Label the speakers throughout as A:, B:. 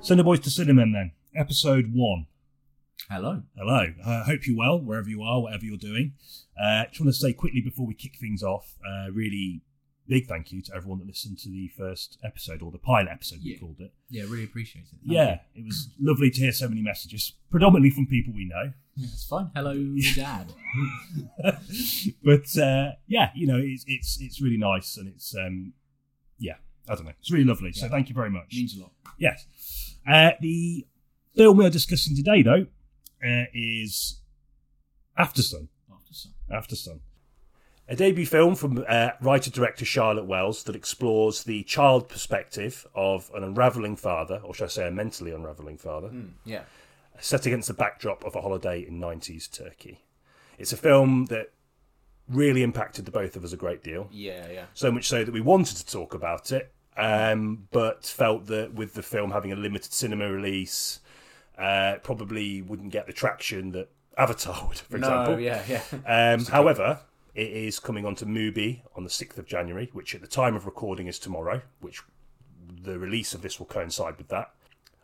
A: Cineboys to Cinnamon, then, episode one.
B: Hello.
A: Hello. I hope you're well, wherever you are, whatever you're doing. Uh, just want to say quickly before we kick things off, uh, really big thank you to everyone that listened to the first episode, or the pilot episode, we
B: Yeah.
A: called it.
B: Yeah, really appreciate it. Thank
A: yeah, it was lovely to hear so many messages, predominantly from people we know.
B: you. Yeah, it's fine. Hello, Dad.
A: but uh, yeah, you know, it's, it's it's really nice, and it's um, yeah, I don't know, it's really lovely. So
B: Yeah.
A: thank you very much.
B: Means a lot.
A: Yes. Uh, the film we are discussing today, though, uh, is After Sun.
B: After some.
A: After Sun. A debut film from uh, writer director Charlotte Wells that explores the child perspective of an unravelling father, or should I say, a mentally unravelling father,
B: Yeah.
A: set against the backdrop of a holiday in 90s Turkey. It's a film that really impacted the both of us a great deal
B: Yeah, yeah.
A: so much so that we wanted to talk about it, um, but felt that with the film having a limited cinema release, uh, probably wouldn't get the traction that Avatar would, for example.
B: yeah, yeah.
A: Um, however, it is coming onto Mubi on the 6th of January, which at the time of recording is tomorrow, which the release of this will coincide with that.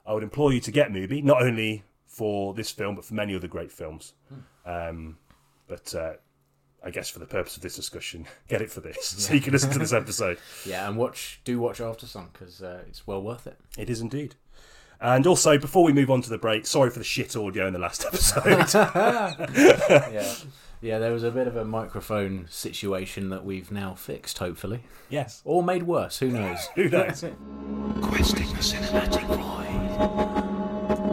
A: I would implore you to get Mubi, not only for this film, but for many other great films. Um, but uh, I guess for the purpose of this discussion, get it for this, so you can listen to this episode.
C: Yeah, and watch do watch After Sun because uh, it's well worth it.
A: It is indeed. And also, before we move on to the break, sorry for the shit audio in the last episode.
C: Yeah, yeah. There was a bit of a microphone situation that we've now fixed, hopefully,
A: yes.
C: or made worse. Who knows?
A: Who knows?
D: Questing the cinematic void.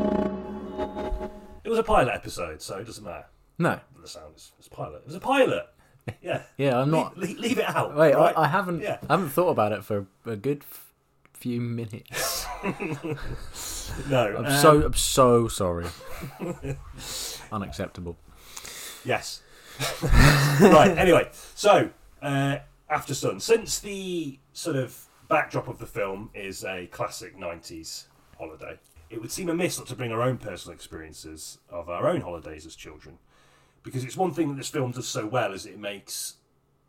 A: It was a pilot episode, so it doesn't matter.
C: No.
A: the sound is, is pilot. It was a pilot. Yeah.
C: Yeah, I'm not.
A: Leave, leave it out.
C: Wait,
A: right?
C: I, I haven't.
A: Yeah.
C: I haven't thought about it for a good f- few minutes.
A: No.
C: I'm
A: um,
C: so I'm so sorry. Unacceptable.
A: Yes. right. Anyway, so uh, After Sun, since the sort of backdrop of the film is a classic '90s holiday, it would seem amiss not to bring our own personal experiences of our own holidays as children, because it's one thing that this film does so well is it makes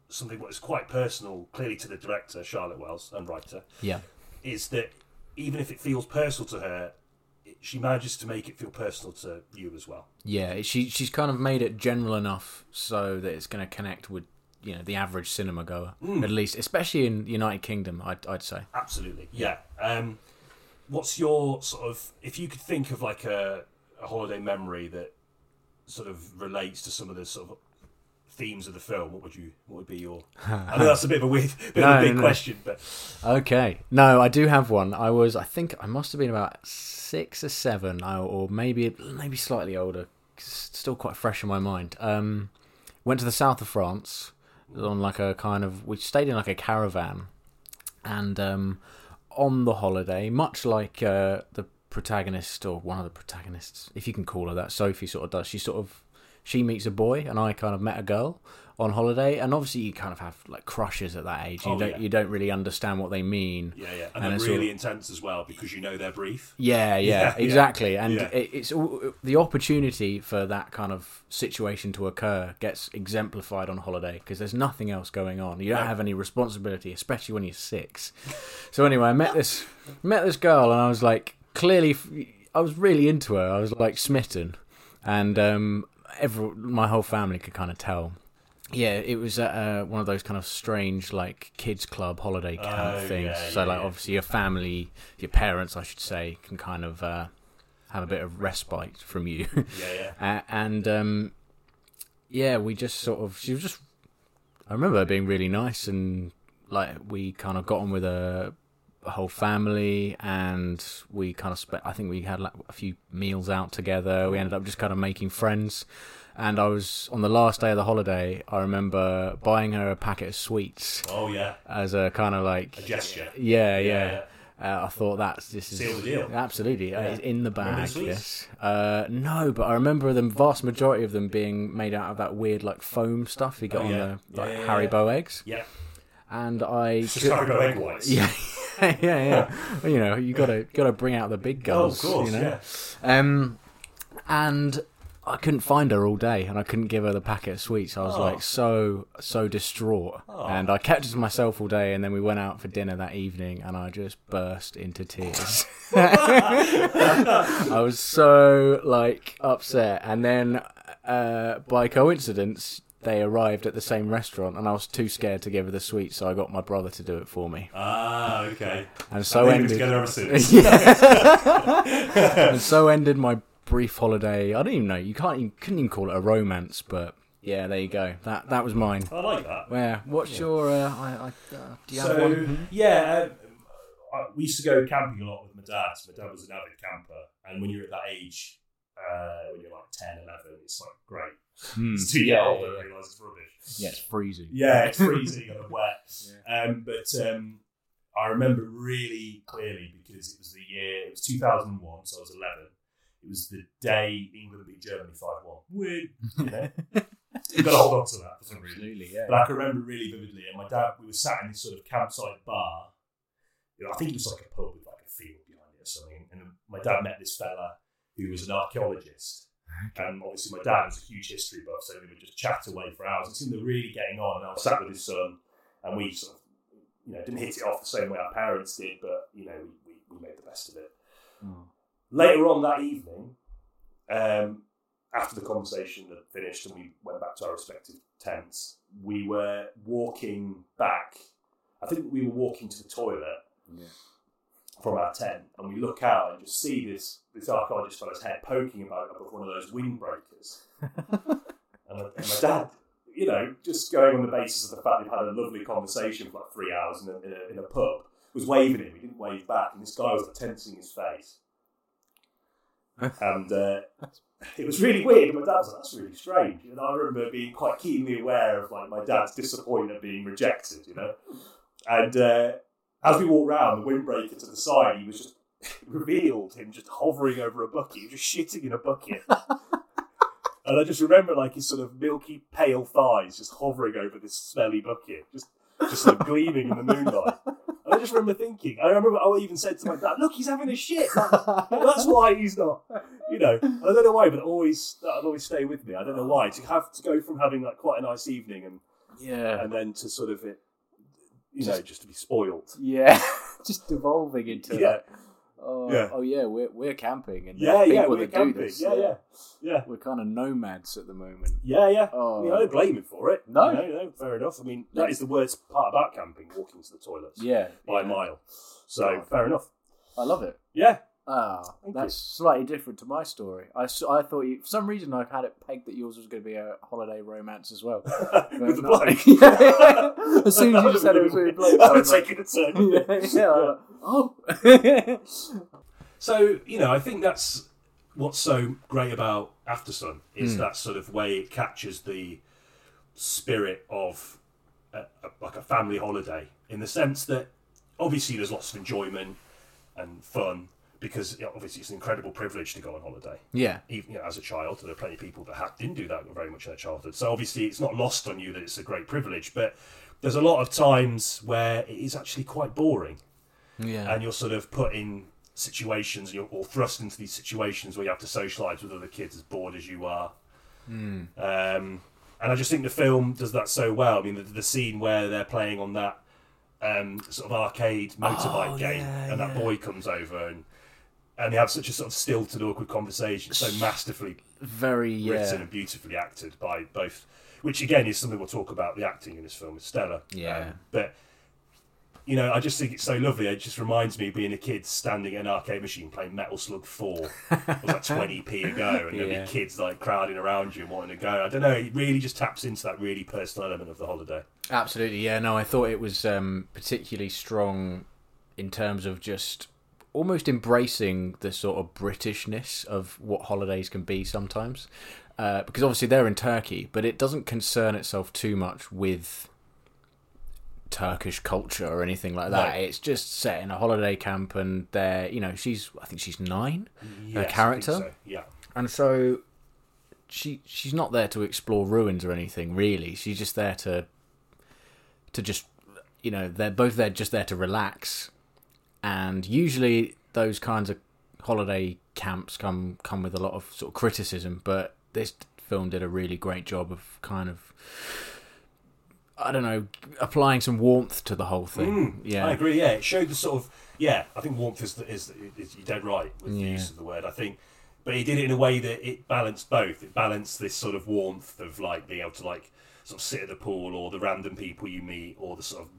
A: something that is quite personal, clearly to the director Charlotte Wells and writer,
C: Yeah.
A: is that even if it feels personal to her, it, she manages to make it feel personal to you as well.
C: Yeah, it- she she's kind of made it general enough so that it's going to connect with you know the average cinema goer at least, especially in the United Kingdom. I'd I'd say.
A: Absolutely, yeah. Um, what's your sort of if you could think of like a, a holiday memory that sort of relates to some of the sort of themes of the film? What would you? What would be your? I know that's a bit of a weird, bit of
C: No,
A: a big
C: no.
A: question, but
C: Okay. No, I do have one. I was, I think, I must have been about six or seven, I- or maybe maybe slightly older. 'cause it's Still quite fresh in my mind. Um, went to the south of France on like a kind of. We stayed in like a caravan, and um, on the holiday, much like uh, the protagonist or one of the protagonists, if you can call her that, Sophie sort of does. She sort of she meets a boy, and I kind of met a girl on holiday, and obviously you kind of have like crushes at that age. You
A: Oh,
C: don't
A: yeah.
C: you don't really understand what they mean.
A: yeah, yeah, and, then
C: it's
A: really
C: all-
A: intense as well because you know they're brief. Yeah,
C: yeah, yeah,
A: yeah.
C: exactly. And
A: Yeah.
C: It, it's all, the opportunity for that kind of situation to occur gets exemplified on holiday because there's nothing else going on. You don't have any responsibility, especially when you're six. so anyway, I met this met this girl, and I was like, clearly, f- I was really into her. I was like smitten, and um, every my whole family could kind of tell. Yeah, it was at, uh, one of those kind of strange, like kids club holiday camp
A: Oh,
C: things.
A: yeah,
C: so,
A: yeah,
C: like,
A: yeah.
C: obviously, your family, your parents, I should say, can kind of uh, have a bit of respite from you.
A: Yeah, yeah.
C: uh, and um, yeah, we just sort of she was just. I remember her being really nice, and like we kind of got on with her whole family, and we kind of spent. I think we had like a few meals out together. We ended up just kind of making friends. And I was on the last day of the holiday. I remember buying her a packet of sweets
A: Oh yeah,
C: as a kind of like
A: a gesture.
C: yeah,
A: Yeah.
C: yeah. Uh, I thought that's this is
A: Seal the deal.
C: absolutely uh, it's in the
A: Remember the
C: bag.
A: sweets?
C: Yes, uh, no, but I remember the vast majority of them being made out of that weird like foam stuff you got
A: Oh,
C: on
A: yeah.
C: the like
A: Yeah, yeah,
C: Haribo eggs,
A: Yeah,
C: and I
A: sorry about egg whites.
C: yeah yeah yeah Well, you know you gotta gotta bring out the big
A: Oh,
C: guns.
A: of course.
C: you know?
A: Yeah.
C: Um, and I couldn't find her all day, and I couldn't give her the packet of sweets. I was like so so distraught, and I kept it to myself all day. And then we went out for dinner that evening, and I just burst into tears. I was so like upset, and then uh, by coincidence. They arrived at the same restaurant, and I was too scared to give her the sweets, so I got my brother to do it for me.
A: Ah, okay.
C: And
A: They've
C: so
A: been
C: ended
A: together ever since.
C: and so ended my brief holiday. I don't even know. You can't. You couldn't even call it a romance, but yeah, there you go. That that was mine.
A: I like that.
C: Where? What's your? Uh, I, I, uh, do you have
A: So
C: one?
A: yeah, um, I- we used to go camping a lot with my dad. So my dad was an avid camper, and when you're at that age, uh, when you're like 10, 11, it's like great.
B: Hmm.
A: It's too
B: Yeah,
A: yeah, older,
B: yeah,
A: I realise it's rubbish.
B: Yeah, it's freezing.
A: Yeah, it's freezing and wet. Um, but um, I remember really clearly because it was the year, it was 2001, so I was 11. It was the day England beat Germany 5 1. Weird. You know? Got to hold on to that for some reason.
B: Absolutely, yeah.
A: But I can remember really vividly, and my dad, we were sat in this sort of campsite bar. You know, I think it was like a pub with like a field behind it or something. And my dad met this fella who was an archaeologist. And obviously, my dad was a huge history buff, so we would just chat away for hours. It seemed they were really getting on, and I was sat with his son, and we sort of, you know, didn't hit it off the same way our parents did, but you know, we, we, we made the best of it. Later on that evening, um, after the conversation had finished and we went back to our respective tents, we were walking back. I think we were walking to the toilet from our tent, and we look out and just see this this archaeologist fellow's head poking about above one of those windbreakers. and, my, and my dad, you know, just going on the basis of the fact they've had a lovely conversation for like three hours in a, in a, in a pub, was waving him. He didn't wave back, and this guy was tensing his face. And uh, it was really weird. And my dad was like, "That's really strange." And I remember being quite keenly aware of like my dad's disappointment at being rejected, you know. And uh, as we walked round, the windbreaker to the side, he was just revealed him just hovering over a bucket, he was just shitting in a bucket. and I just remember like his sort of milky pale thighs just hovering over this smelly bucket, just just sort of gleaming in the moonlight. And I just remember thinking, I remember I even said to my dad, "Look, he's having a shit. Like, that's why he's not." You know, and I don't know why, but always that'll always stay with me. I don't know why to have to go from having like quite a nice evening and
C: Yeah.
A: and then to sort of it, you know, just to be spoiled.
C: Yeah. Just devolving into
A: Yeah.
C: that. Oh
A: Yeah.
C: oh yeah, we're we're camping and
A: Yeah,
C: people
A: yeah,
C: that
A: we're
C: do
A: camping.
C: this.
A: Yeah, yeah, yeah,
C: We're kind of nomads at the moment.
A: yeah, yeah. I mean, I
C: Oh
A: don't blame him for it.
C: No.
A: you know, no, fair enough. I mean, that is the worst part about camping: walking to the toilets
C: yeah,
A: by a mile. So fair enough.
C: I love it.
A: Yeah,
C: Ah,
A: Thank
C: that's slightly different to my story. I, s- I thought you, for some reason I've had it pegged that yours was going to be a holiday romance as well.
A: with the
C: no.
A: bloke.
C: Yeah. As soon as you just said it was with a bloke, I
A: I was
C: was like-
A: taking a turn.
C: yeah, yeah, I was like, oh.
A: So you know, I think that's what's so great about After Sun is that sort of way it captures the spirit of a, a, like a family holiday in the sense that obviously there's lots of enjoyment and fun because you know, obviously it's an incredible privilege to go on holiday.
C: yeah,
A: Even you know, as a child, there are plenty of people that ha- didn't do that very much in their childhood. So obviously it's not lost on you that it's a great privilege, but there's a lot of times where it is actually quite boring
C: yeah.
A: and you're sort of put in situations you're or thrust into these situations where you have to socialize with other kids as bored as you are um, and i just think the film does that so well i mean the, the scene where they're playing on that um, sort of arcade motorbike game and that boy comes over and and they have such a sort of stilted awkward conversation so masterfully
C: Very
A: written
C: yeah,
A: and beautifully acted by both which again is something we'll talk about the acting in this film is stellar
C: Yeah.
A: but you know i just think it's so lovely it just reminds me of being a kid standing at an arcade machine playing metal slug 4 it was like 20p ago and there'd
C: Yeah.
A: be kids like crowding around you and wanting to go i don't know it really just taps into that really personal element of the holiday
C: absolutely. Yeah, no, I thought it was um, particularly strong in terms of just almost embracing the sort of Britishness of what holidays can be sometimes. Uh, because obviously they're in Turkey, but it doesn't concern itself too much with Turkish culture or anything like that.
A: No.
C: It's just set in a holiday camp, and they're, you know, she's, I think she's nine,
A: Yes, I think
C: character?
A: so, yeah
C: and so she she's not there to explore ruins or anything really. She's just there to to just you know they're both there just there to relax, and usually those kinds of holiday camps come come with a lot of sort of criticism, but. this film did a really great job of kind of I don't know applying some warmth to the whole thing. yeah,
A: Mm, I agree. Yeah, it showed the sort of yeah. I think warmth is the, is, is you're dead right with the
C: Yeah.
A: use of the word. I think, but he did it in a way that it balanced both. It balanced this sort of warmth of like being able to like sort of sit at the pool or the random people you meet or the sort of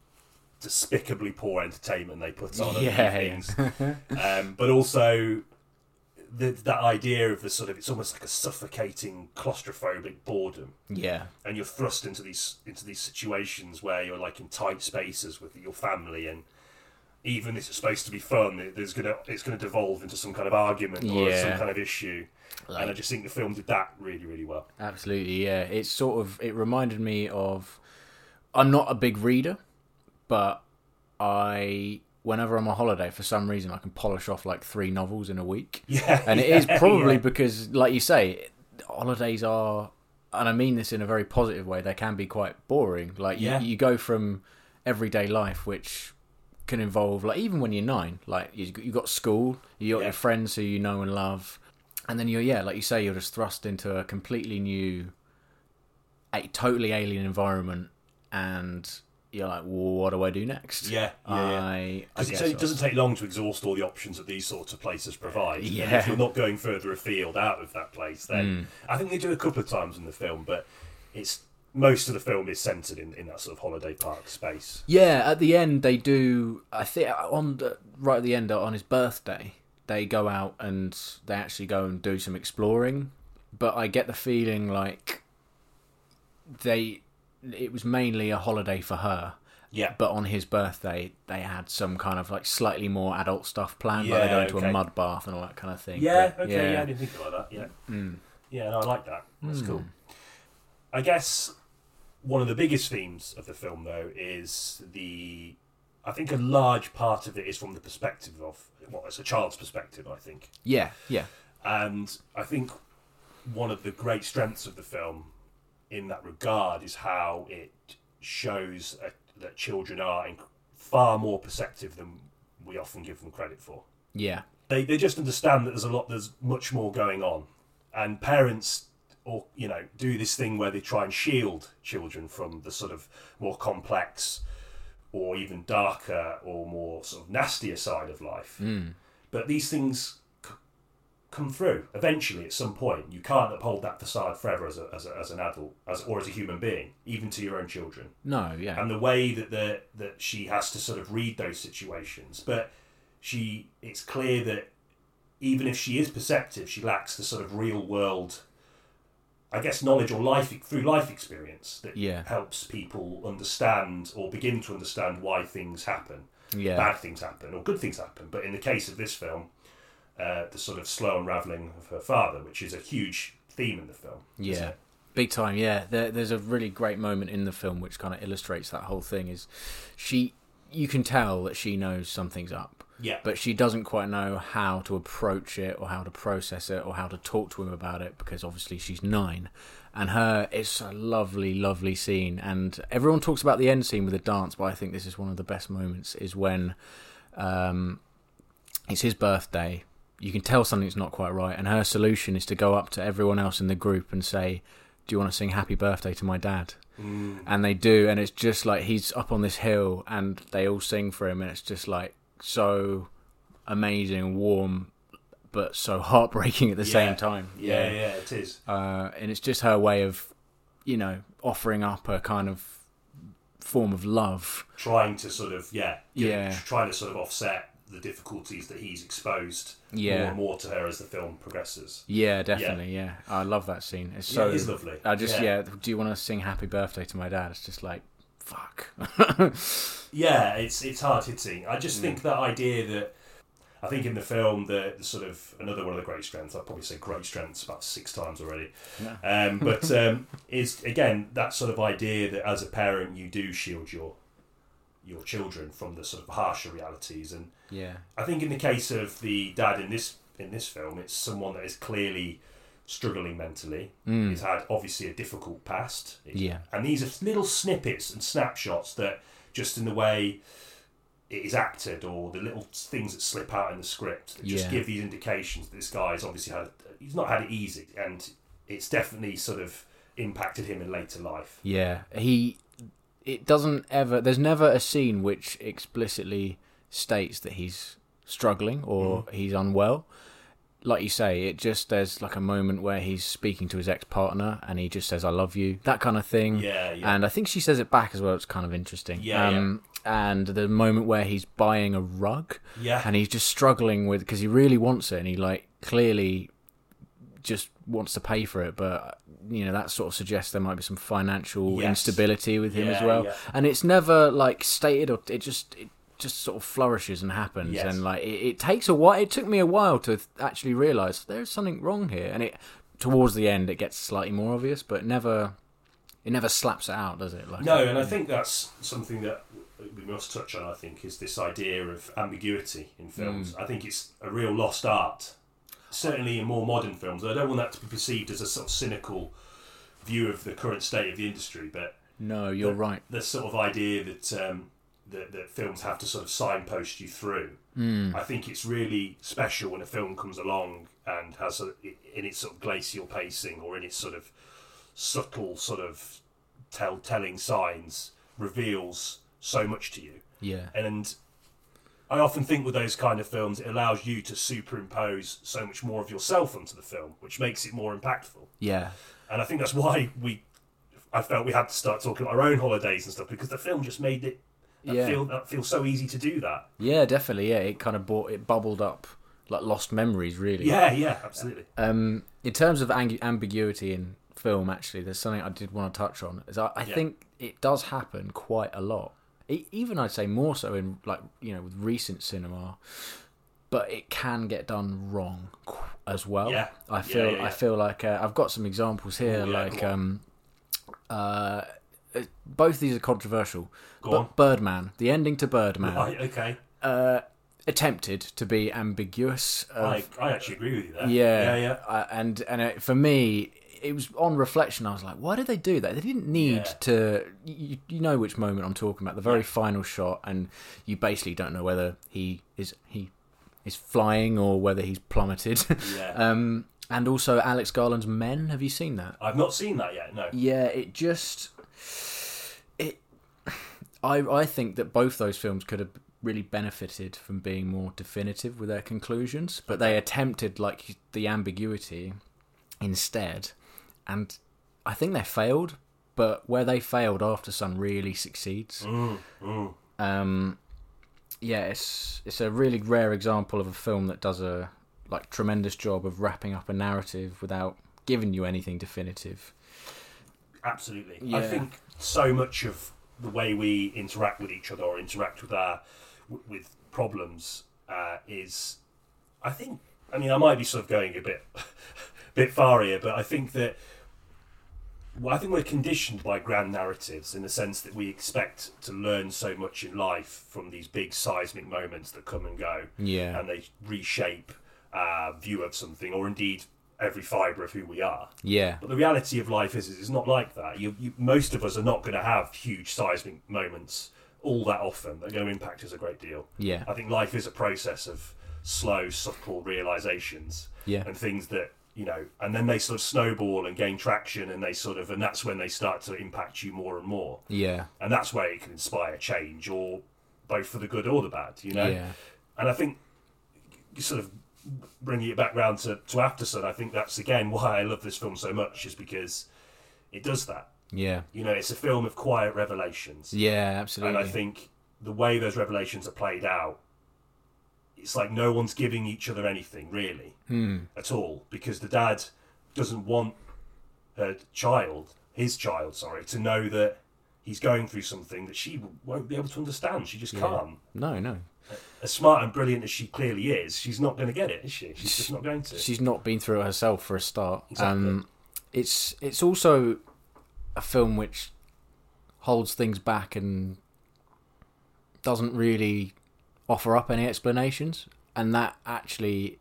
A: despicably poor entertainment they put on.
C: Yeah,
A: and things. um, but also. The, that idea of the sort of it's almost like a suffocating claustrophobic boredom
C: yeah,
A: and you're thrust into these into these situations where you're like in tight spaces with your family and even if it's supposed to be fun it- there's gonna it's gonna devolve into some kind of argument or
C: Yeah.
A: some kind of issue and i just think the film did that really really well
C: absolutely. Yeah, it's sort of it reminded me of. I'm not a big reader, but I whenever I'm on holiday for some reason I can polish off like three novels in a week.
A: yeah
C: and it is
A: yeah,
C: probably
A: yeah.
C: because, like you say, holidays are, and I mean this in a very positive way, they can be quite boring. Like
A: Yeah.
C: you, you go from everyday life, which can involve, like even when you're nine, like you you got school, you got
A: Yeah.
C: your friends who you know and love, and then you're yeah, like you say, you're just thrust into a completely new, a totally alien environment, and you're like, well, what do I do next?
A: yeah, yeah, yeah.
C: I, I
A: Because
C: guess
A: it,
C: I'll-
A: doesn't take long to exhaust all the options that these sorts of places provide. And
C: Yeah. Hmm.
A: if you're not going further afield out of that place, then I think they do a couple of times in the film, but it's most of the film is centered in, in that sort of holiday park space.
C: Yeah, at the end they do. I think on the, right at the end on his birthday, they go out and they actually go and do some exploring. But I get the feeling like they it was mainly a holiday for her.
A: Yeah,
C: But on his birthday, they had some kind of like slightly more adult stuff planned, like they go
A: Yeah,
C: into
A: okay.
C: a mud bath and all that kind of thing.
A: Yeah,
C: But,
A: okay, yeah. I didn't think about that. Yeah, yeah, no, I like that. That's cool. I guess one of the biggest themes of the film, though, is the. I think a large part of it is from the perspective of well, it's a child's perspective, I think,
C: yeah, yeah,
A: and I think one of the great strengths of the film in that regard is how it shows uh that children are inc- far more perceptive than we often give them credit for
C: yeah,
A: they they just understand that there's a lot there's much more going on and parents or you know do this thing where they try and shield children from the sort of more complex or even darker or more sort of nastier side of life
C: Mm.
A: but these things c- come through eventually at some point you can't uphold that facade forever as, a, as, a, as an adult as, or as a human being even to your own children
C: no, yeah,
A: and the way that the that she has to sort of read those situations but she it's clear that even if she is perceptive she lacks the sort of real world i guess knowledge or life through life experience that
C: Yeah.
A: helps people understand or begin to understand why things happen
C: yeah,
A: bad things happen or good things happen but in the case of this film uh, the sort of slow unraveling of her father which is a huge theme in the film isn't
C: Yeah,
A: it?
C: big time. Yeah, there, there's a really great moment in the film which kind of illustrates that whole thing. Is she? You can tell that she knows something's up,
A: yeah
C: but she doesn't quite know how to approach it, or how to process it, or how to talk to him about it because obviously she's nine. And her, it's a lovely, lovely scene. And everyone talks about the end scene with the dance, but I think this is one of the best moments. Is when um, it's his birthday. You can tell something's not quite right, and her solution is to go up to everyone else in the group and say, "Do you want to sing Happy Birthday to my dad?"
A: Mm.
C: And they do, and it's just like he's up on this hill, and they all sing for him, and it's just like so amazing, warm, but so heartbreaking at the
A: Yeah.
C: same time.
A: yeah yeah it is
C: Uh, and it's just her way of, you know, offering up a kind of form of love.
A: trying to sort of yeah
C: Yeah.
A: trying to sort of offset the difficulties that he's exposed more
C: Yeah.
A: and more to her as the film progresses.
C: Yeah, definitely. Yeah, I love that scene. It's
A: Yeah,
C: so
A: it is lovely.
C: I just
A: yeah.
C: yeah. Do you want to sing Happy Birthday to my dad? It's just like fuck.
A: Yeah, it's it's hard hitting. I
C: Mm.
A: just think that idea that I think in the film the, the sort of another one of the great strengths. I've probably said great strengths about six times already. Um, but um, is again that sort of idea that as a parent you do shield your your children from the sort of harsher realities and
C: yeah.
A: I think in the case of the dad in this in this film, it's someone that is clearly struggling mentally. He's had obviously a difficult past.
C: Mm. Yeah.
A: and these are little snippets and snapshots that just in the way it is acted or the little things that slip out in the script that just
C: Yeah.
A: give these indications that this guy's obviously had he's not had it easy and it's definitely sort of impacted him in later life.
C: Yeah, he. It doesn't ever. There's never a scene which explicitly states that he's struggling or
A: Mm-hmm.
C: he's unwell. Like you say, it just there's like a moment where he's speaking to his ex partner and he just says, "I love you," that kind of thing.
A: Yeah, yeah.
C: And I think she says it back as well. It's kind of interesting. Um,
A: Yeah,
C: And the moment where he's buying a rug,
A: Yeah.
C: and he's just struggling with because he really wants it, and he like clearly just wants to pay for it, but you know that sort of suggests there might be some financial
A: Yes.
C: instability with him as
A: Yeah,
C: well.
A: yeah.
C: And it's never like stated, or it just it just sort of flourishes and happens.
A: Yes.
C: And like it, it takes a while. It took me a while to th- actually realize there's something wrong here. And it towards the end it gets slightly more obvious, but never it never slaps it out, does it? Like
A: No, and I think that's something that we must touch on. I think is this idea of ambiguity in films. I think it's a real lost art, certainly in more modern films. I don't want that to be perceived as a sort of cynical view of the current state of the industry, but
C: no, you're right.
A: the sort of idea that um, that, that films have to sort of signpost you through. I think it's really special when a film comes along and has a, in its sort of glacial pacing or in its sort of subtle sort of tell telling signs reveals so much to you.
C: Yeah,
A: And I often think with those kind of films, it allows you to superimpose so much more of yourself onto the film, which makes it more impactful
C: yeah,
A: and I think that's why we, I felt we had to start talking about our own holidays and stuff because the film just made it that
C: Yeah.
A: feel that feel so easy to do that.
C: yeah, definitely. Yeah, it kind of brought it bubbled up like lost memories, really.
A: Yeah, yeah, absolutely.
C: Um, in terms of ang- ambiguity in film, actually, there's something I did want to touch on. Is I, I
A: Yeah.
C: think it does happen quite a lot. E- even I'd say more so in like you know with recent cinema, but it can get done wrong qu- as well.
A: Yeah.
C: I
A: Yeah,
C: feel
A: yeah, yeah.
C: I feel like uh, I've got some examples here.
A: Ooh, yeah,
C: like
A: go on.
C: um, uh, uh, both these are controversial.
A: Go
C: but
A: on.
C: Birdman, the ending to Birdman,
A: Right, okay,
C: uh, attempted to be ambiguous. Of,
A: I, I actually agree with you there. yeah,
C: yeah,
A: yeah.
C: I, and and it, for me, it was on reflection. I was like, why did they do that? They didn't need
A: Yeah.
C: to. You, you know which moment I'm talking about, the very final shot, and you basically don't know whether he is he is flying or whether he's plummeted.
A: Yeah.
C: um, and also Alex Garland's Men. Have you seen that?
A: I've not seen that yet. No.
C: Yeah, it just it. I I think that both those films could have really benefited from being more definitive with their conclusions, but they attempted like the ambiguity instead, and I think they failed. But where they failed, After Sun really succeeds.
A: Mm.
C: Um, yeah, it's it's a really rare example of a film that does a like tremendous job of wrapping up a narrative without giving you anything definitive.
A: Absolutely. I
C: Yeah.
A: think so much of the way we interact with each other or interact with our w- with problems uh, is, I think. I mean, I might be sort of going a bit bit far here, but I think that. Well, I think we're conditioned by grand narratives in the sense that we expect to learn so much in life from these big seismic moments that come and go
C: Yeah.
A: and they reshape our view of something or indeed every fibre of who we are.
C: Yeah.
A: But the reality of life is, is it's not like that. You, you, most of us are not going to have huge seismic moments all that often. They're going to impact us a great deal.
C: Yeah.
A: I think life is a process of slow, subtle realizations
C: Yeah.
A: and things that you know, and then they sort of snowball and gain traction, and they sort of, and that's when they start to impact you more and more.
C: Yeah.
A: And that's where it can inspire change, or both for the good or the bad. You know.
C: Yeah.
A: And I think sort of bringing it back round to, to Aftersun, I think that's again why I love this film so much, is because it does that.
C: Yeah.
A: You know, it's a film of quiet revelations.
C: Yeah,
A: and
C: absolutely.
A: I think the way those revelations are played out, it's like no one's giving each other anything really
C: Hmm.
A: at all because the dad doesn't want her child, his child, sorry, to know that he's going through something that she won't be able to understand. She just can't
C: no, no.
A: as smart and brilliant as she clearly is, she's not going to get it, is she? She's just not going to.
C: She's not been through it herself for a start. Um it's it's also a film which holds things back and doesn't really offer up any explanations and that actually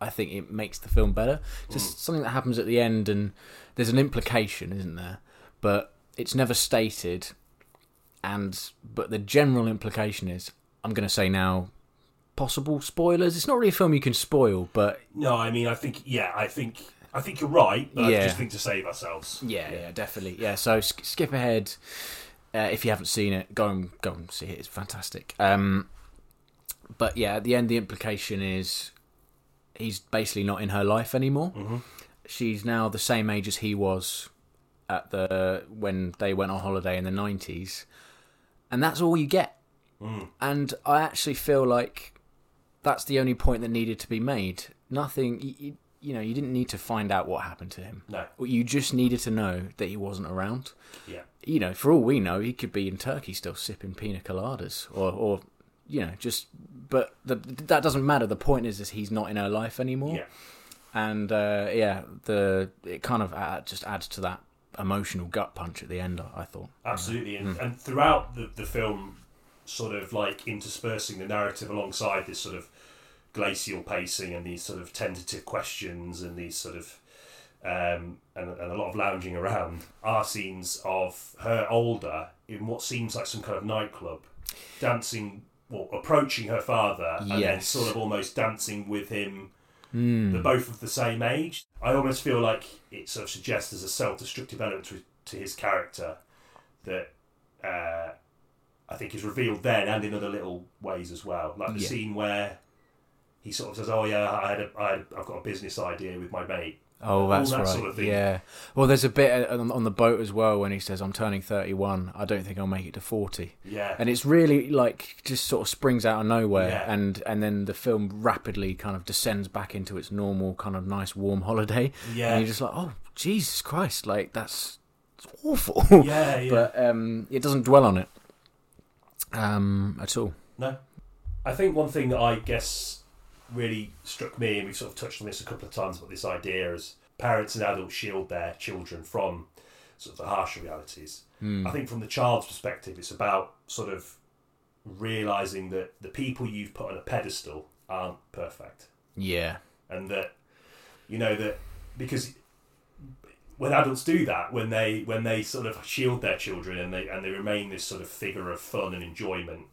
C: I think it makes the film better. Just something that happens at the end and there's an implication, isn't there? But it's never stated and but the general implication is I'm going to say now possible spoilers. It's not really a film you can spoil, but
A: No, I mean, I think, yeah, I think I think you're right, but I
C: Yeah.
A: just think to save ourselves.
C: Yeah, yeah, definitely. Yeah, so sk- skip ahead uh, if you haven't seen it. Go and go and see it. It's fantastic. Um, but yeah, at the end, the implication is he's basically not in her life anymore. She's now the same age as he was at the when they went on holiday in the nineties, and that's all you get. And I actually feel like that's the only point that needed to be made. Nothing, you, you, you know, you didn't need to find out what happened to him.
A: No.
C: Well, you just needed to know that he wasn't around.
A: Yeah.
C: You know, for all we know, he could be in Turkey still sipping pina coladas, or, or you know, just. But the, that doesn't matter. The point is, is he's not in her life anymore,
A: Yeah.
C: and uh, yeah, the it kind of uh, just adds to that emotional gut punch at the end. I I thought.
A: Absolutely, and, and throughout the, the film, sort of like interspersing the narrative alongside this sort of glacial pacing and these sort of tentative questions and these sort of um, and, and a lot of lounging around are scenes of her older in what seems like some kind of nightclub dancing or approaching her father and then
C: Yes.
A: sort of almost dancing with him they're both of the same age i almost feel like it sort of suggests there's a self-destructive element to, to his character that uh, I think is revealed then and in other little ways as well. Like the
C: Yeah.
A: scene where he sort of says, "Oh yeah, I had a, I had, I've got a business idea with my mate."
C: Oh, that's
A: that
C: right.
A: sort of thing.
C: Yeah. Well, there's a bit uh, on, on the boat as well when he says, "I'm turning 31. I don't think I'll make it to 40."
A: Yeah,
C: and it's really like just sort of springs out of nowhere
A: Yeah.
C: and and then the film rapidly kind of descends back into its normal kind of nice warm holiday
A: Yeah.
C: and you're just like oh jesus christ like that's it's awful
A: yeah, yeah.
C: but um it doesn't dwell on it um at all
A: no, I think one thing that I guess really struck me, and we've sort of touched on this a couple of times, about this idea is parents and adults shield their children from sort of the harsher realities. I think from the child's perspective, it's about sort of realizing that the people you've put on a pedestal aren't perfect.
C: yeah
A: and that you know that because when adults do that when they when they sort of shield their children and they and they remain this sort of figure of fun and enjoyment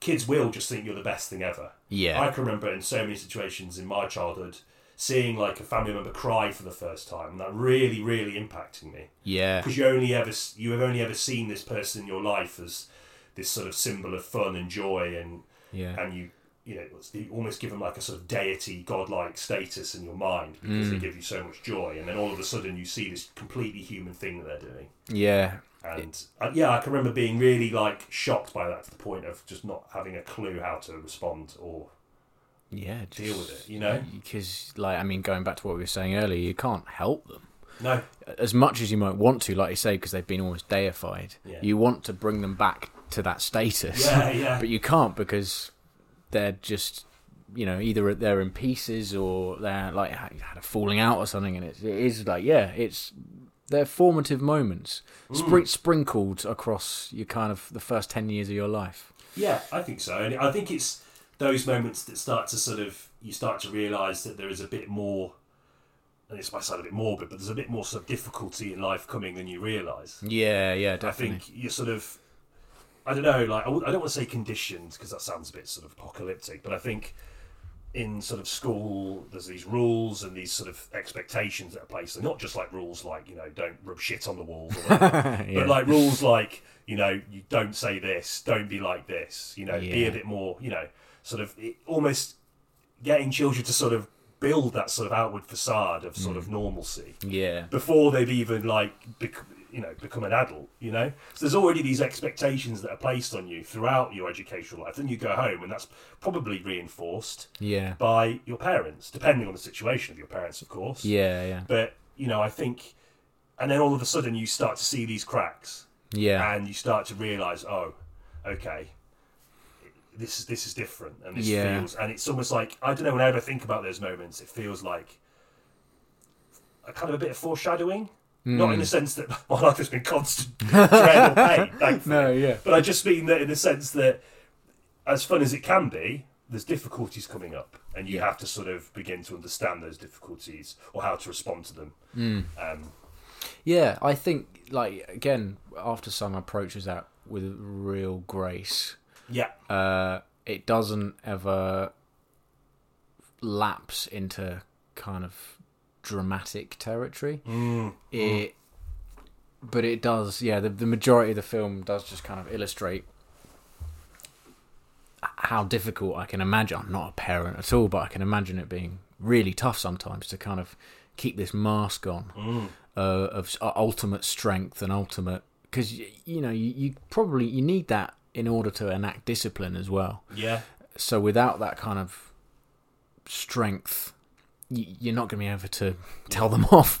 A: kids will just think you're the best thing ever
C: Mm. yeah
A: i can remember in so many situations in my childhood seeing like a family member cry for the first time and that really really impacting me
C: yeah
A: because you only ever you have only ever seen this person in your life as this sort of symbol of fun and joy and
C: yeah
A: and you you know it's- you almost give them like a sort of deity godlike status in your mind because
C: Mm.
A: they give you so much joy and then all of a sudden you see this completely human thing that they're doing
C: yeah
A: and uh, yeah i can remember being really like shocked by that to the point of just not having a clue how to respond or
C: yeah
A: deal with it you know
C: because like i mean going back to what we were saying earlier you can't help them
A: no
C: as much as you might want to, like you say, because they've been almost deified,
A: Yeah.
C: you want to bring them back to that status.
A: Yeah, yeah.
C: but you can't because they're just, you know, either they're in pieces or they're like ha- had a falling out or something, and it's, it is like, yeah, it's they're formative moments,
A: Mm.
C: spr- sprinkled across your kind of the first ten years of your life.
A: yeah i think so and i think it's those moments that start to sort of you start to realize that there is a bit more and this might sound a bit morbid but there's a bit more sort of difficulty in life coming than you realize
C: Yeah, yeah,
A: I
C: definitely.
A: think you're sort of, I don't know, like I w- I don't want to say conditioned because that sounds a bit sort of apocalyptic, but I think in sort of school there's these rules and these sort of expectations that are placed. They're not just like rules like you know don't rub shit on the walls, or whatever,
C: Yeah.
A: but like rules like you know you don't say this, don't be like this, you know, be
C: Yeah.
A: a bit more, you know, sort of it, almost getting children to sort of build that sort of outward facade of
C: Mm.
A: sort of normalcy
C: yeah,
A: before they've even like bec- you know become an adult you know so there's already these expectations that are placed on you throughout your educational life then you go home and that's probably reinforced
C: yeah,
A: by your parents depending on the situation of your parents of course
C: yeah, yeah,
A: but you know i think and then all of a sudden you start to see these cracks
C: yeah,
A: and you start to realize oh okay this is this is different and this
C: Yeah.
A: feels and it's almost like i don't know when i ever think about those moments it feels like a kind of a bit of foreshadowing not in
C: Hmm.
A: the sense that my life has been constant dread or pain thankfully
C: No, yeah.
A: but i just mean that in the sense that as fun as it can be there's difficulties coming up and you have to sort of begin to understand those difficulties or how to respond to them um,
C: yeah. I think like again, after some approaches that with real grace.
A: yeah
C: uh, it doesn't ever lapse into kind of dramatic territory.
A: Hmm.
C: It, but it does. Yeah, the, the majority of the film does just kind of illustrate h- how difficult I can imagine. I'm not a parent at all, but I can imagine it being really tough sometimes to kind of keep this mask on uh, of s- uh, ultimate strength and ultimate because you know you, you probably you need that in order to enact discipline as well
A: Yeah.
C: so without that kind of strength y- you're not going to be able to tell them off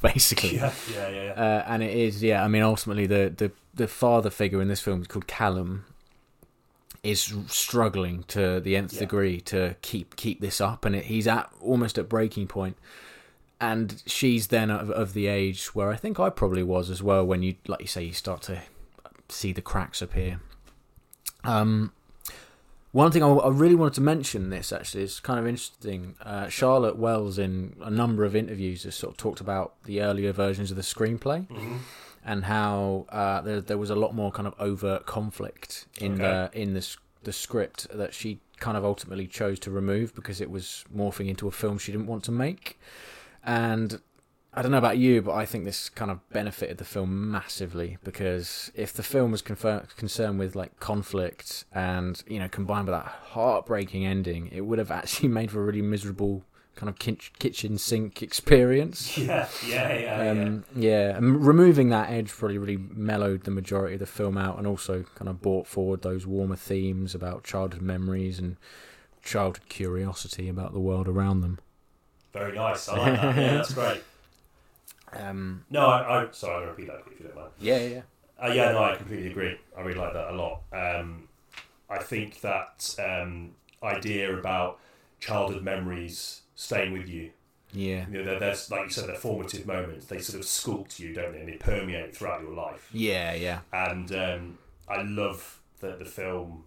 C: basically
A: Yeah. Yeah. Yeah. yeah.
C: uh, and it is yeah i mean ultimately the, the the father figure in this film called callum is struggling to the nth
A: Yeah.
C: degree to keep keep this up and it, he's at almost at breaking point and she's then of, of the age where i think i probably was as well when you like you say you start to see the cracks appear um one thing I, I really wanted to mention this actually is kind of interesting. Uh, Charlotte Wells, in a number of interviews, has sort of talked about the earlier versions of the screenplay and how uh, there, there was a lot more kind of overt conflict in
A: Okay.
C: the in the s- the script that she kind of ultimately chose to remove because it was morphing into a film she didn't want to make. And I don't know about you, but I think this kind of benefited the film massively because if the film was confer- concerned with like conflict and you know combined with that heartbreaking ending, it would have actually made for a really miserable kind of kin- kitchen sink experience.
A: yeah. Yeah. Yeah. yeah.
C: Um, yeah, and removing that edge probably really mellowed the majority of the film out, and also kind of brought forward those warmer themes about childhood memories and childhood curiosity about the world around them.
A: Very nice. I like that. Yeah, that's great.
C: Um,
A: No, I, I sorry, I'm gonna repeat that if you don't mind.
C: yeah, yeah, yeah.
A: Uh, yeah, no, I completely agree. I really like that a lot. Um, I think that um, idea about childhood memories staying with you.
C: yeah.
A: You know, there- there's like you said, they're formative moments. They sort of sculpt you, don't they? And they permeate throughout your life.
C: Yeah, yeah.
A: And um, I love that the film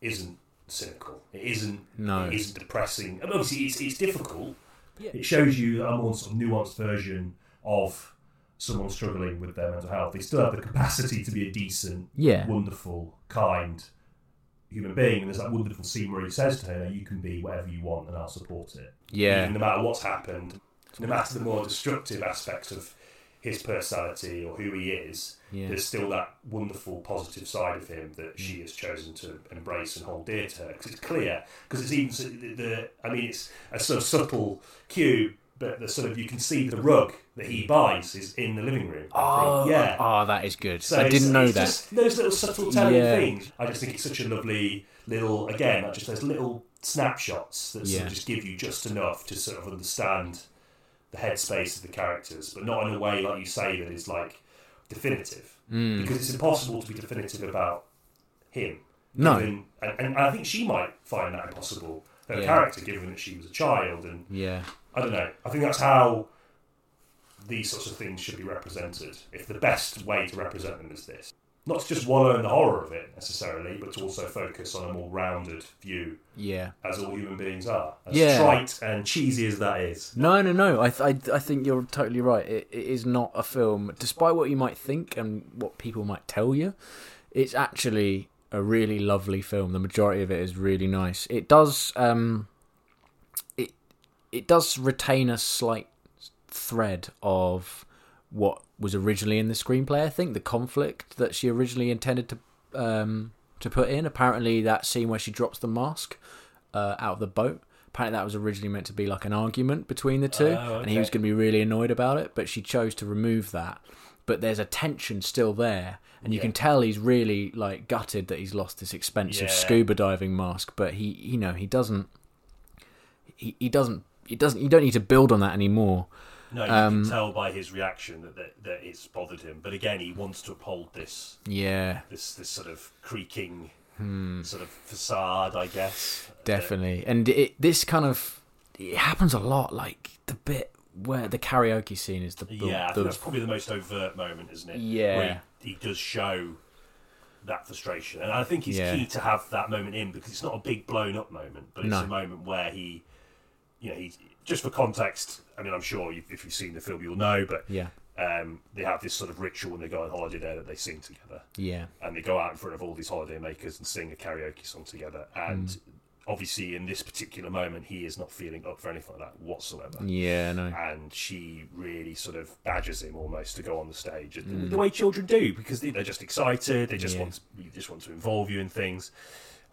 A: isn't cynical. It isn't.
C: No.
A: It isn't depressing. I mean, obviously, it's, it's difficult. It shows you a more sort of nuanced version of someone struggling with their mental health. They still have the capacity to be a decent
C: Yeah.
A: wonderful, kind human being. And there's that wonderful scene where he says to her, "You can be whatever you want, and I'll support it,
C: Yeah.
A: Even no matter what's happened, no matter the more destructive aspects of his personality or who he is."
C: Yeah. Mm.
A: There's still that wonderful positive side of him that she has chosen to embrace and hold dear to her because it's clear because it's even s- the, the I mean it's a sort of subtle cue but the sort of you can see the rug that he buys is in the living room. I think. yeah,
C: Mm. Oh, that is good.
A: so
C: I
A: it's-
C: didn't know
A: it's
C: that.
A: Just those little subtle telling
C: Yeah.
A: things. I just think it's such a lovely little, again, like just those little snapshots that sort
C: Yeah.
A: of just give you just enough to sort of understand the headspace of the characters, but not in a way, like you say, that is like definitive.
C: Mm.
A: Because it's impossible to be definitive about him.
C: No.
A: Given, and, and I think she might find that impossible, her
C: Yeah.
A: character, given that she was a child and
C: yeah.
A: I don't know. I think that's how these sorts of things should be represented. If the best way to represent them is this, not to just wallow in the horror of it necessarily, but to also focus on a more rounded view,
C: Yeah.
A: as all human beings are. As
C: Yeah.
A: trite and cheesy as that is.
C: No, no, no. I, th- I, I think you're totally right. It, it is not a film, despite what you might think and what people might tell you. It's actually a really lovely film. The majority of it is really nice. It does, um, it it does retain a slight thread of what was originally in the screenplay. I think the conflict that she originally intended to um, to put in. Apparently, that scene where she drops the mask uh, out of the boat. Apparently, that was originally meant to be like an argument between the two,
A: Oh,
C: and he
A: okay.
C: was going to be really annoyed about it. But she chose to remove that. But there's a tension still there, and you
A: Yeah.
C: can tell he's really like gutted that he's lost this expensive
A: Yeah.
C: scuba diving mask. But he, you know, he doesn't. He, he doesn't. He doesn't. You don't need to build on that anymore.
A: No, you
C: Um,
A: can tell by his reaction that, that that it's bothered him. But again, he wants to uphold this
C: Yeah.
A: this this sort of creaking
C: Hmm.
A: sort of facade, I guess.
C: definitely and it this kind of it happens a lot like the bit where the karaoke scene is the, the,
A: Yeah, I think
C: the-
A: that's probably the most overt moment, isn't it?
C: Yeah.
A: Where he, he does show that frustration. And I think it's
C: Yeah.
A: key to have that moment in because it's not a big blown up moment, but it's
C: No.
A: a moment where he, you know, he, just for context, I mean, I'm sure you, if you've seen the film, you'll know, but
C: yeah
A: um, they have this sort of ritual when they go on holiday there that they sing together
C: yeah Hmm.
A: and they go out in front of all these holiday makers and sing a karaoke song together. And obviously in this particular moment he is not feeling up for anything like that whatsoever
C: Yeah, no.
A: and she really sort of badgers him almost to go on the stage the, the way children do because they- they're just excited they just
C: Mm. Yeah.
A: want you just want to involve you in things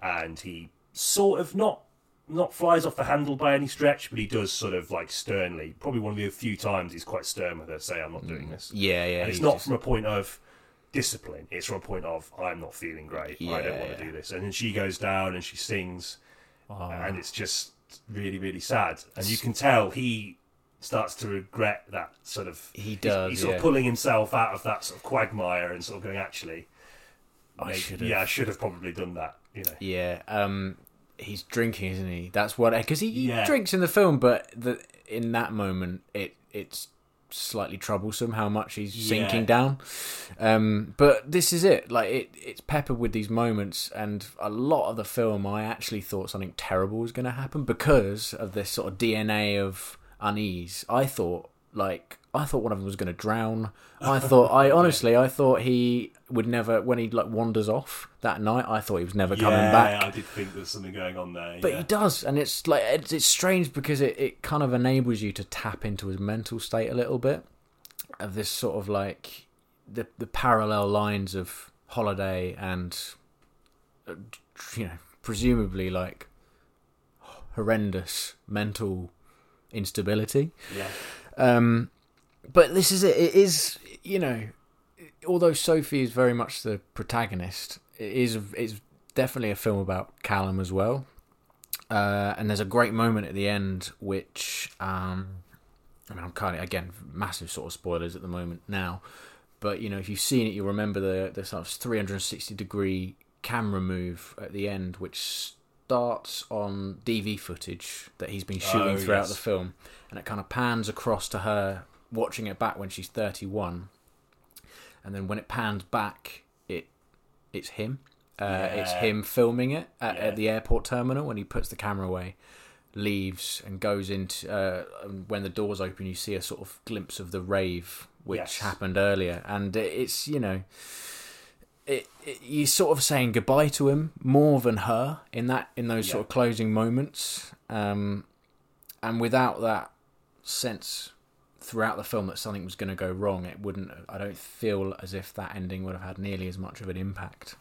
A: and he sort of not not flies off the handle by any stretch but he does sort of like sternly probably one of the few times he's quite stern with her say i'm not doing this
C: Mm. Yeah, yeah.
A: and it's
C: he's
A: not
C: just-
A: from a point of discipline it's from a point of i'm not feeling great i don't want
C: Yeah. Ah.
A: to do this and then she goes down and she sings
B: Oh.
A: and it's just really really sad and you can tell he starts to regret that sort of
C: He
A: he's-
C: does,
A: he's sort
C: yeah.
A: of pulling himself out of that sort of quagmire and sort of going actually
C: I
A: maybe-
C: should've.
A: yeah i should have probably done that you know
C: Yeah, um, he's drinking, isn't he? That's what because he, he
A: Yeah.
C: drinks in the film, but the, in that moment, it it's slightly troublesome how much he's sinking
A: Yeah.
C: down. Um, but this is it. Like it, it's peppered with these moments, and a lot of the film, I actually thought something terrible was going to happen because of this sort of DNA of unease. I thought like. I thought one of them was going to drown. I thought, I honestly, I thought he would never, when he like wanders off that night, I thought he was never coming
A: yeah
C: back
A: i did think there's something going on there
C: but
A: yeah.
C: he does and it's like it's, it's strange because it, it kind of enables you to tap into his mental state a little bit of this sort of like the the parallel lines of holiday and uh, you know presumably like horrendous mental instability
A: yeah
C: um, but this is it. It is you know, although Sophie is very much the protagonist, it is it's definitely a film about Callum as well. Uh, and there's a great moment at the end, which um, I mean, I'm kind of again massive sort of spoilers at the moment now, but you know, if you've seen it, you'll remember the the sort of 360 degree camera move at the end, which starts on DV footage that he's been shooting
A: Oh,
C: throughout
A: yes.
C: the film, and it kind of pans across to her watching it back when she's 31, and then when it pans back, it it's him. Uh, It's
A: Yeah.
C: him filming it at,
A: Yeah.
C: at the airport terminal when he puts the camera away leaves and goes into uh, and when the doors open you see a sort of glimpse of the rave which
A: Yes.
C: happened earlier and it- it's you know it, it you're sort of saying goodbye to him more than her in that in those sort
A: Yeah.
C: of closing moments um and without that sense throughout the film that something was going to go wrong it wouldn't i don't feel as if that ending would have had nearly as much of an impact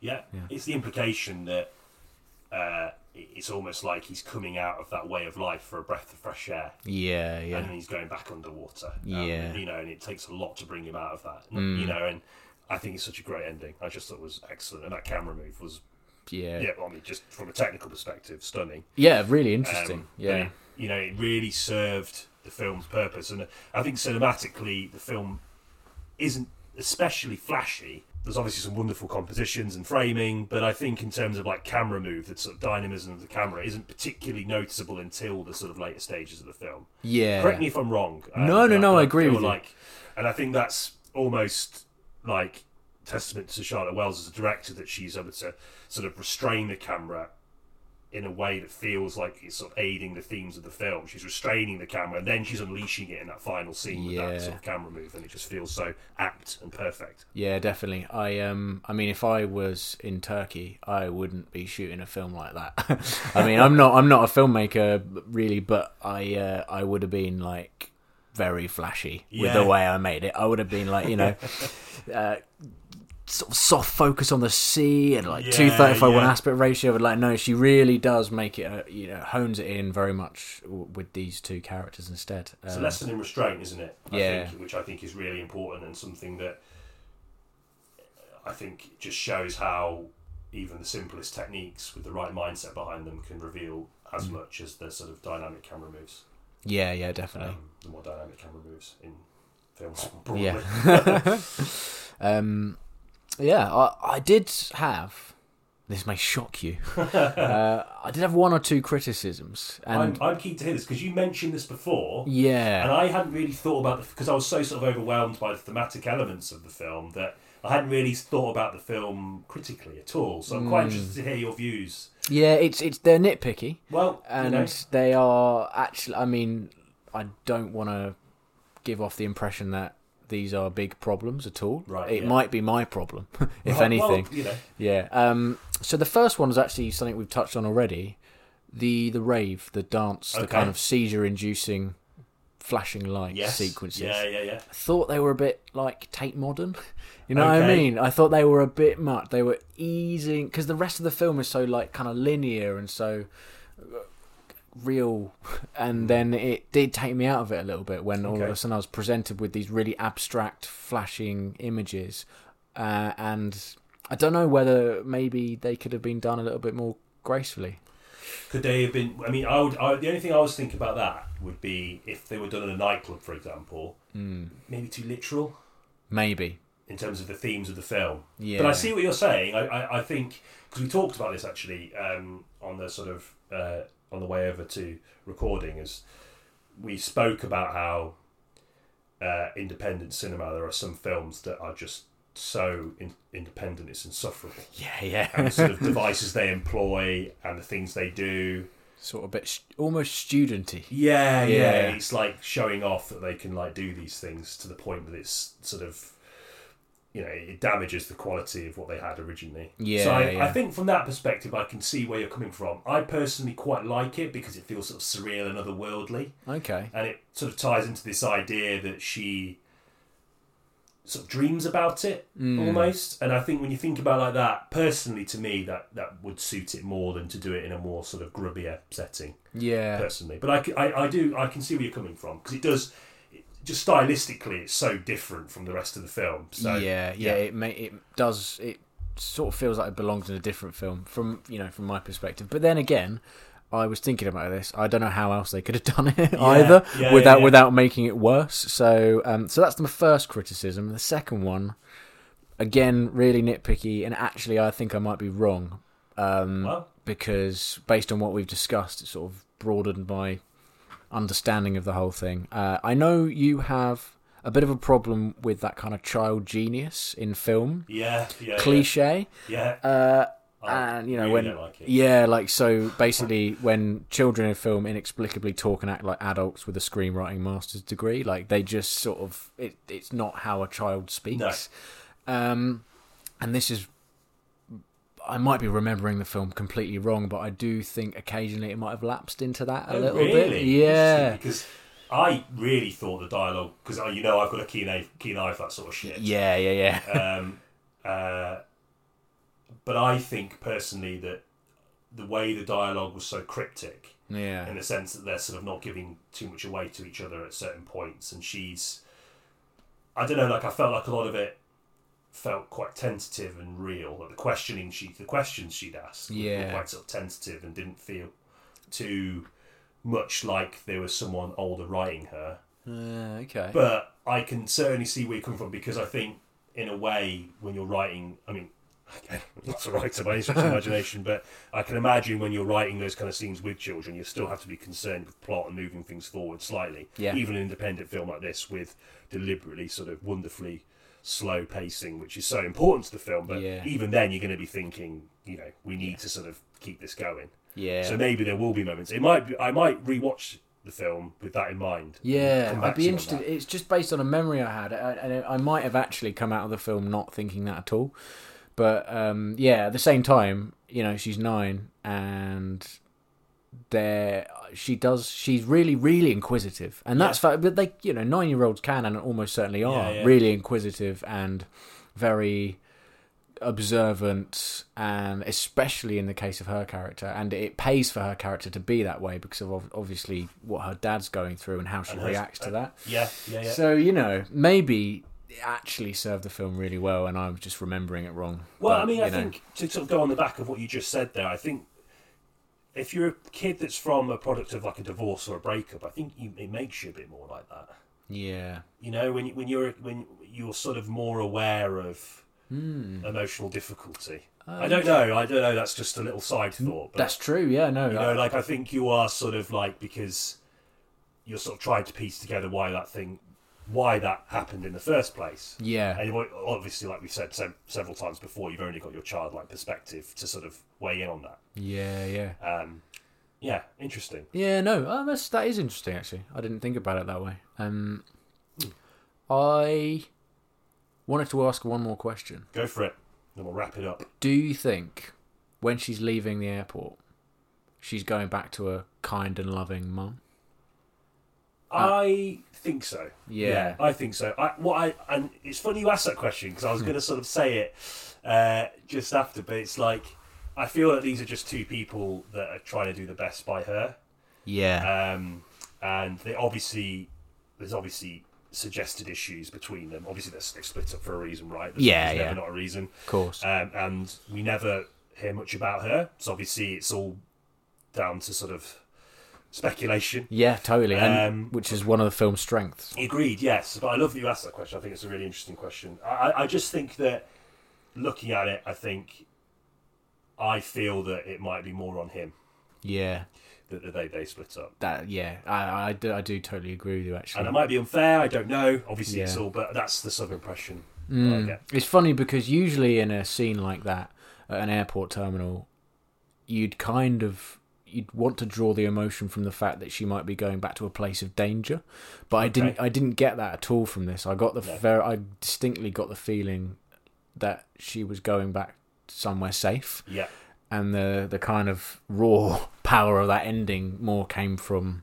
A: Yeah, it's the implication that uh, it- it's almost like he's coming out of that way of life for a breath of fresh air,
C: yeah yeah
A: and then he's going back underwater. Um,
C: Yeah. Mm.
A: you know, and it takes a lot to bring him out of that. You know, and I think it's such a great ending. I just thought it was excellent, and that camera move was
C: yeah
A: yeah. I mean, just from a technical perspective, stunning.
C: yeah really
A: Um,
C: interesting yeah
A: and it- you know, it really served the film's purpose, and I think cinematically, the film isn't especially flashy. There's obviously some wonderful compositions and framing, but I think in terms of like camera move, the sort of dynamism of the camera isn't particularly noticeable until the sort of later stages of the film.
C: yeah
A: Correct me if I'm wrong. um,
C: No, no,
A: but
C: no,
A: but
C: I agree
A: feel
C: with you.
A: like, And I think that's almost like testament to Charlotte Wells as a director that she's able to sort of restrain the camera in a way that feels like it's sort of aiding the themes of the film. She's restraining the camera and then she's unleashing it in that final scene with
C: Yeah.
A: that sort of camera move, and it just feels so apt and perfect.
C: Yeah, definitely. I um, I mean, if I was in Turkey, I wouldn't be shooting a film like that. I mean, I'm not, I'm not a filmmaker really, but I, uh, I would have been like very flashy with the
A: Yeah.
C: way I made it. I would have been like, you know, uh, sort of soft focus on the sea and like
A: Yeah,
C: two thirty five one
A: yeah.
C: aspect ratio. But like, no, she really does make it, uh, you know, hones it in very much w- with these two characters instead.
A: It's a
C: Um,
A: lesson in restraint, isn't it? I
C: Yeah.
A: think, which I think is really important and something that I think just shows how even the simplest techniques with the right mindset behind them can reveal
C: Mm.
A: as much as the sort of dynamic camera moves,
C: yeah, yeah,
A: um,
C: definitely.
A: the more dynamic camera moves in films broadly.
C: Yeah. um, yeah, I, I did have. This may shock you. uh, I did have one or two criticisms, and
A: I'm, I'm keen to hear this because you mentioned this before. And
C: yeah,
A: I hadn't really thought about the because I was so sort of overwhelmed by the thematic elements of the film that I hadn't really thought about the film critically at all. So I'm quite
C: Mm.
A: interested to hear your views.
C: yeah, it's it's they're nitpicky,
A: Well, you
C: and
A: know,
C: they are actually. I mean, I don't want to give off the impression that these are big problems at all.
A: Right,
C: it
A: yeah.
C: might be my problem, if
A: well,
C: anything.
A: you know,
C: Yeah. Um, so the first one is actually something we've touched on already, the the rave, the dance, the
A: Okay.
C: kind of seizure-inducing, flashing light
A: Yes.
C: sequences.
A: Yeah, yeah, yeah.
C: thought they were a bit like Tate Modern. You know what I
A: Okay.
C: mean? I thought they were a bit much. They were easing because the rest of the film is so like kind of linear and so uh, real, and then it did take me out of it a little bit when all of
A: Okay.
C: a sudden I was presented with these really abstract, flashing images, uh, and I don't know whether maybe they could have been done a little bit more gracefully.
A: Could they have been? I mean, I would. I, the only thing I was thinking about that would be if they were done in a nightclub, for example,
C: Hmm.
A: maybe too literal
C: Maybe.
A: in terms of the themes of the film.
C: Yeah.
A: But I see what you're saying. I, I, I think because we talked about this actually um, on the sort of uh, on the way over to recording, as we spoke about how uh, independent cinema. There are some films that are just so in- independent, it's insufferable.
C: Yeah, yeah.
A: And the sort of devices they employ and the things they do.
C: sort of a bit, st- almost studenty.
A: Yeah, yeah,
C: Yeah.
A: It's like showing off that they can like do these things to the point that it's sort of you know, it damages the quality of what they had originally.
C: Yeah,
A: So I,
C: yeah.
A: I think from that perspective I can see where you're coming from. I personally quite like it because it feels sort of surreal and otherworldly
C: Okay.
A: and it sort of ties into this idea that she sort of dreams about it
C: Mm.
A: almost and i think when you think about it like that personally to me that that would suit it more than to do it in a more sort of grubbier setting
C: Yeah.
A: personally. But I c- I, I do I can see where you're coming from because it does it- just stylistically it's so different from the rest of the film. So
C: yeah, yeah, it may, it does it sort of feels like it belongs in a different film from you know from my perspective. But then again, I was thinking about this. I don't know how else they could have done it either
A: yeah,
C: without
A: yeah.
C: without making it worse. So um, so that's my first criticism. The second one, again, really nitpicky, and actually, I think I might be wrong. Um,
A: Well,
C: because based on what we've discussed, it sort of broadened my understanding of the whole thing. Uh, I know you have a bit of a problem with that kind of child genius in film
A: yeah, yeah, yeah,
C: cliche,
A: Yeah,
C: uh,
A: I
C: and you know
A: really
C: when
A: don't like it.
C: yeah, like so basically when children in film inexplicably talk and act like adults with a screenwriting master's degree, like they just sort of it, it's not how a child speaks. Um, and this is I might be remembering the film completely wrong, but I do think occasionally it might have lapsed into that a
A: Oh,
C: little bit.
A: really? Interesting,
C: Yeah.
A: because I really thought the dialogue because you know I've got a keen eye, keen eye for that sort of shit.
C: Yeah, yeah, yeah.
A: um, uh, but I think personally that the way the dialogue was so cryptic in
C: Yeah.
A: the sense that they're sort of not giving too much away to each other at certain points and she's i don't know like i felt like a lot of it felt quite tentative and real like the questioning she the questions she'd asked were-
C: Yeah.
A: were quite sort of tentative and didn't feel too much like there was someone older writing her
C: Uh, okay.
A: but I can certainly see where you come from because I think, in a way, when you're writing, I mean, again, I'm not a writer by any stretch of the imagination, but I can imagine when you're writing those kind of scenes with children, you still have to be concerned with plot and moving things forward slightly.
C: Yeah.
A: Even an independent film like this with deliberately sort of wonderfully slow pacing, which is so important to the film, but
C: Yeah.
A: even then you're going to be thinking, you know, we need to sort of keep this going.
C: yeah.
A: So maybe there will be moments. It might be, I might rewatch the film with that in mind.
C: Yeah,
A: Come back
C: I'd
A: to
C: be
A: you on
C: interested.
A: that.
C: It's just based on a memory I had, I- and I, I might have actually come out of the film not thinking that at all. But um, yeah, at the same time, you know, she's nine, and there she does. She's really, really inquisitive, and that's fact. But they, you know, nine-year-olds can and almost certainly are
A: yeah.
C: really inquisitive and very observant and especially in the case of her character and it pays for her character to be that way because of ob- obviously what her dad's going through and how she
A: And her-
C: reacts to that
A: Yeah, yeah, yeah.
C: so you know maybe it actually served the film really well and i'm just remembering it wrong
A: Well,
C: But,
A: I mean,
C: you
A: I
C: know.
A: think to sort of go on the back of what you just said there, I think if you're a kid that's from a product of like a divorce or a breakup, I think you, it makes you a bit more like that.
C: yeah
A: You know, when you- when you're when you're sort of more aware of
C: Hmm.
A: emotional difficulty. I don't know. I don't know. That's just a little side thought. But
C: Hmm, that's true yeah no
A: you
C: I-
A: know, like I think you are sort of like because you're sort of trying to piece together why that thing, why that happened in the first place.
C: yeah
A: And you've al- obviously, like we've said se- several times before, you've only got your childlike perspective to sort of weigh in on that.
C: yeah yeah
A: Um, yeah, interesting.
C: Yeah, no, oh, that's that is interesting. Actually, I didn't think about it that way. Um,
A: Hmm.
C: I wanted to ask one more question.
A: Go for it. Then we'll wrap it up.
C: Do you think when she's leaving the airport, she's going back to a kind and loving mum.
A: I think so.
C: Yeah.
A: I think so. I, what I and it's funny you ask that question because I was going to sort of say it uh, just after, but it's like I feel that these are just two people that are trying to do the best by her,
C: Yeah.
A: um, and they obviously there's obviously suggested issues between them. Obviously, they're, they're split up for a reason, right? There's,
C: Yeah,
A: there's
C: yeah.
A: Never not a reason,
C: of course.
A: um, and we never hear much about her. So obviously, it's all down to sort of speculation.
C: yeah, totally. And,
A: um,
C: which is one of the film's strengths.
A: Agreed, yes. But I love that you asked that question. I think it's a really interesting question. I, I- I just think that looking at it, I think I feel that it might be more on him
C: Yeah.
A: that that they, they split up.
C: That yeah, I, I, do, I do totally agree with you
A: And
C: actually.
A: it might be unfair, I don't know. Obviously, it's
C: Yeah.
A: all, but that's the sort of impression
C: Mm.
A: I get.
C: It's funny because usually in a scene like that at an airport terminal, you'd kind of you'd want to draw the emotion from the fact that she might be going back to a place of danger, but I didn't
A: Okay.
C: I didn't get that at all from this. I got the
A: No.
C: ver- I distinctly got the feeling that she was going back somewhere safe,
A: Yeah,
C: and the the kind of raw power of that ending more came from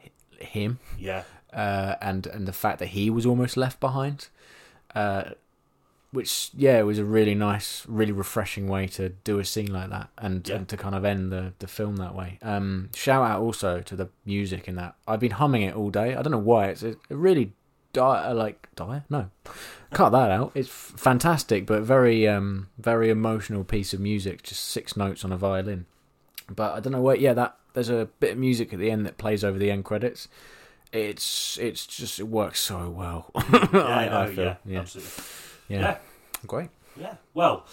C: hi- him
A: yeah,
C: uh, and and the fact that he was almost left behind, uh, which yeah, it was a really nice, really refreshing way to do a scene like that, and,
A: Yeah.
C: and to kind of end the, the film that way. Um, shout out also to the music in that. I've been humming it all day. I don't know why. It's a, a really dire, like dire. No, cut that out. It's f- fantastic, but very um, very emotional piece of music. Just six notes on a violin. But I don't know where. Yeah, that there's a bit of music at the end that plays over the end credits it's it's just it works so well.
A: yeah,
C: Oh, I-
A: no,
C: I feel-
A: yeah,
C: yeah,
A: absolutely.
C: yeah.
A: Yeah.
C: great.
A: Yeah. Well,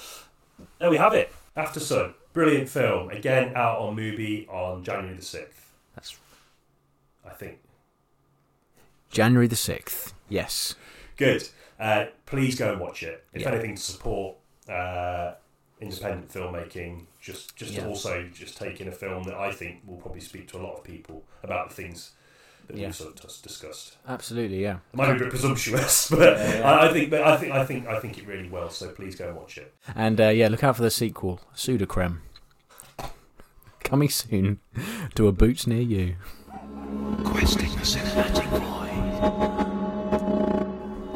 A: there we have it. After Sun, brilliant film. Again, out on movie on January the sixth.
C: That's
A: I think.
C: January the sixth. Yes,
A: good. Uh, please go and watch it. If
C: Yeah.
A: anything, to support uh, independent filmmaking, just just
C: Yeah.
A: to also just take in a film that I think will probably speak to a lot of people about the things that
C: Yeah.
A: we've sort of dis- discussed.
C: absolutely. Yeah,
A: It might be a bit presumptuous, but I, I think, but I think, I think, I think it really well. So please go and watch it.
C: and uh, yeah, look out for the sequel, Sudocrem, coming soon to a boots near you.
D: Questing a cinematic void.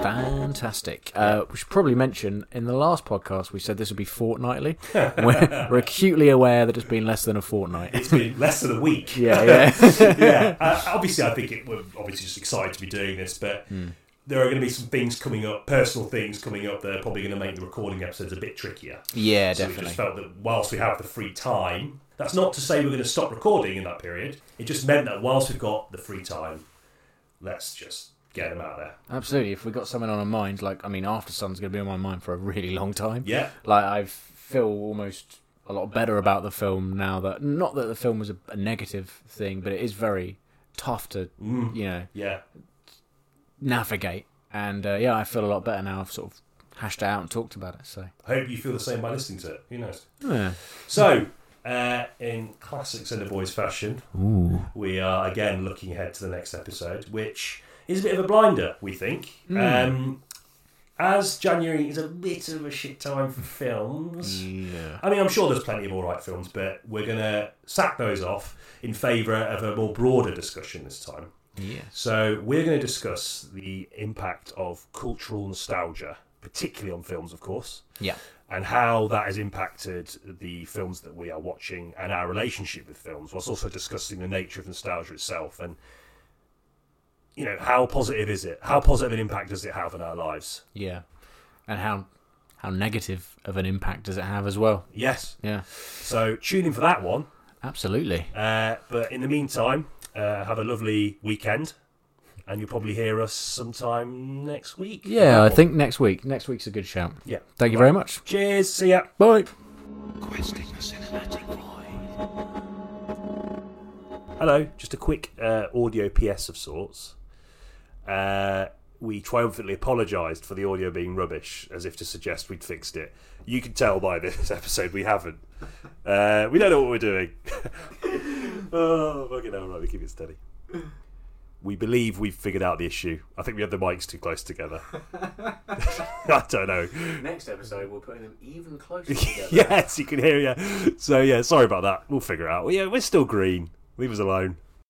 C: Fantastic. Uh, we should probably mention in the last podcast we said this would be fortnightly. we're, we're acutely aware that it's been less than a fortnight.
A: It's been less than a week.
C: Yeah, yeah,
A: yeah. Uh, obviously, I think it, we're obviously just excited to be doing this, but
C: Hmm.
A: there are going to be some things coming up, personal things coming up that are probably going to make the recording episodes a bit trickier.
C: yeah,
A: So we
C: definitely.
A: just felt that whilst we have the free time, that's not to say we're going to stop recording in that period. It just meant that whilst we've got the free time, let's just get them out there.
C: Absolutely. If we got something on our mind, like I mean, After Sun's going to be on my mind for a really long time.
A: Yeah.
C: Like I feel almost a lot better about the film now that not that the film was a, a negative thing, but it is very tough to you know
A: Yeah.
C: navigate. And uh, yeah, I feel a lot better now. I've sort of hashed it out and talked about it. So
A: I hope you feel the same by listening to it. Who knows?
C: yeah,
A: So, uh, in classic Cinder Boys fashion, we are again looking ahead to the next episode, which is a bit of a blinder, we think. Um, as January is a bit of a shit time for films.
C: Hmm. yeah,
A: I mean, I'm sure there's plenty of all right films, but we're going to sack those off in favour of a more broader discussion this time.
C: yes,
A: So, we're going to discuss the impact of cultural nostalgia, particularly on films, of course,
C: yeah,
A: and how that has impacted the films that we are watching and our relationship with films, whilst also discussing the nature of nostalgia itself and, you know, how positive is it? How positive an impact does it have on our lives?
C: yeah. And how how negative of an impact does it have as well?
A: Yes.
C: Yeah,
A: So, tune in for that one.
C: absolutely.
A: Uh, but in the meantime, uh, have a lovely weekend, and you'll probably hear us sometime next week.
C: Yeah, I think next week. Next week's a good shout.
A: Yeah.
C: Thank you very much.
A: Cheers. See ya.
C: Bye.
D: Questing a cinematic void.
A: Hello. Just a quick uh, audio PS of sorts. Uh, we triumphantly apologised for the audio being rubbish, as if to suggest we'd fixed it. You can tell by this episode we haven't. Uh, we don't know what we're doing. oh, fucking hell, right, we keep it steady. We believe we've figured out the issue. I think we have the mics too close together. I don't know.
C: Next episode, we're putting them even closer together.
A: yes, you can hear. Yeah. So yeah, sorry about that. We'll figure it out. Well, yeah, we're still green. Leave us alone.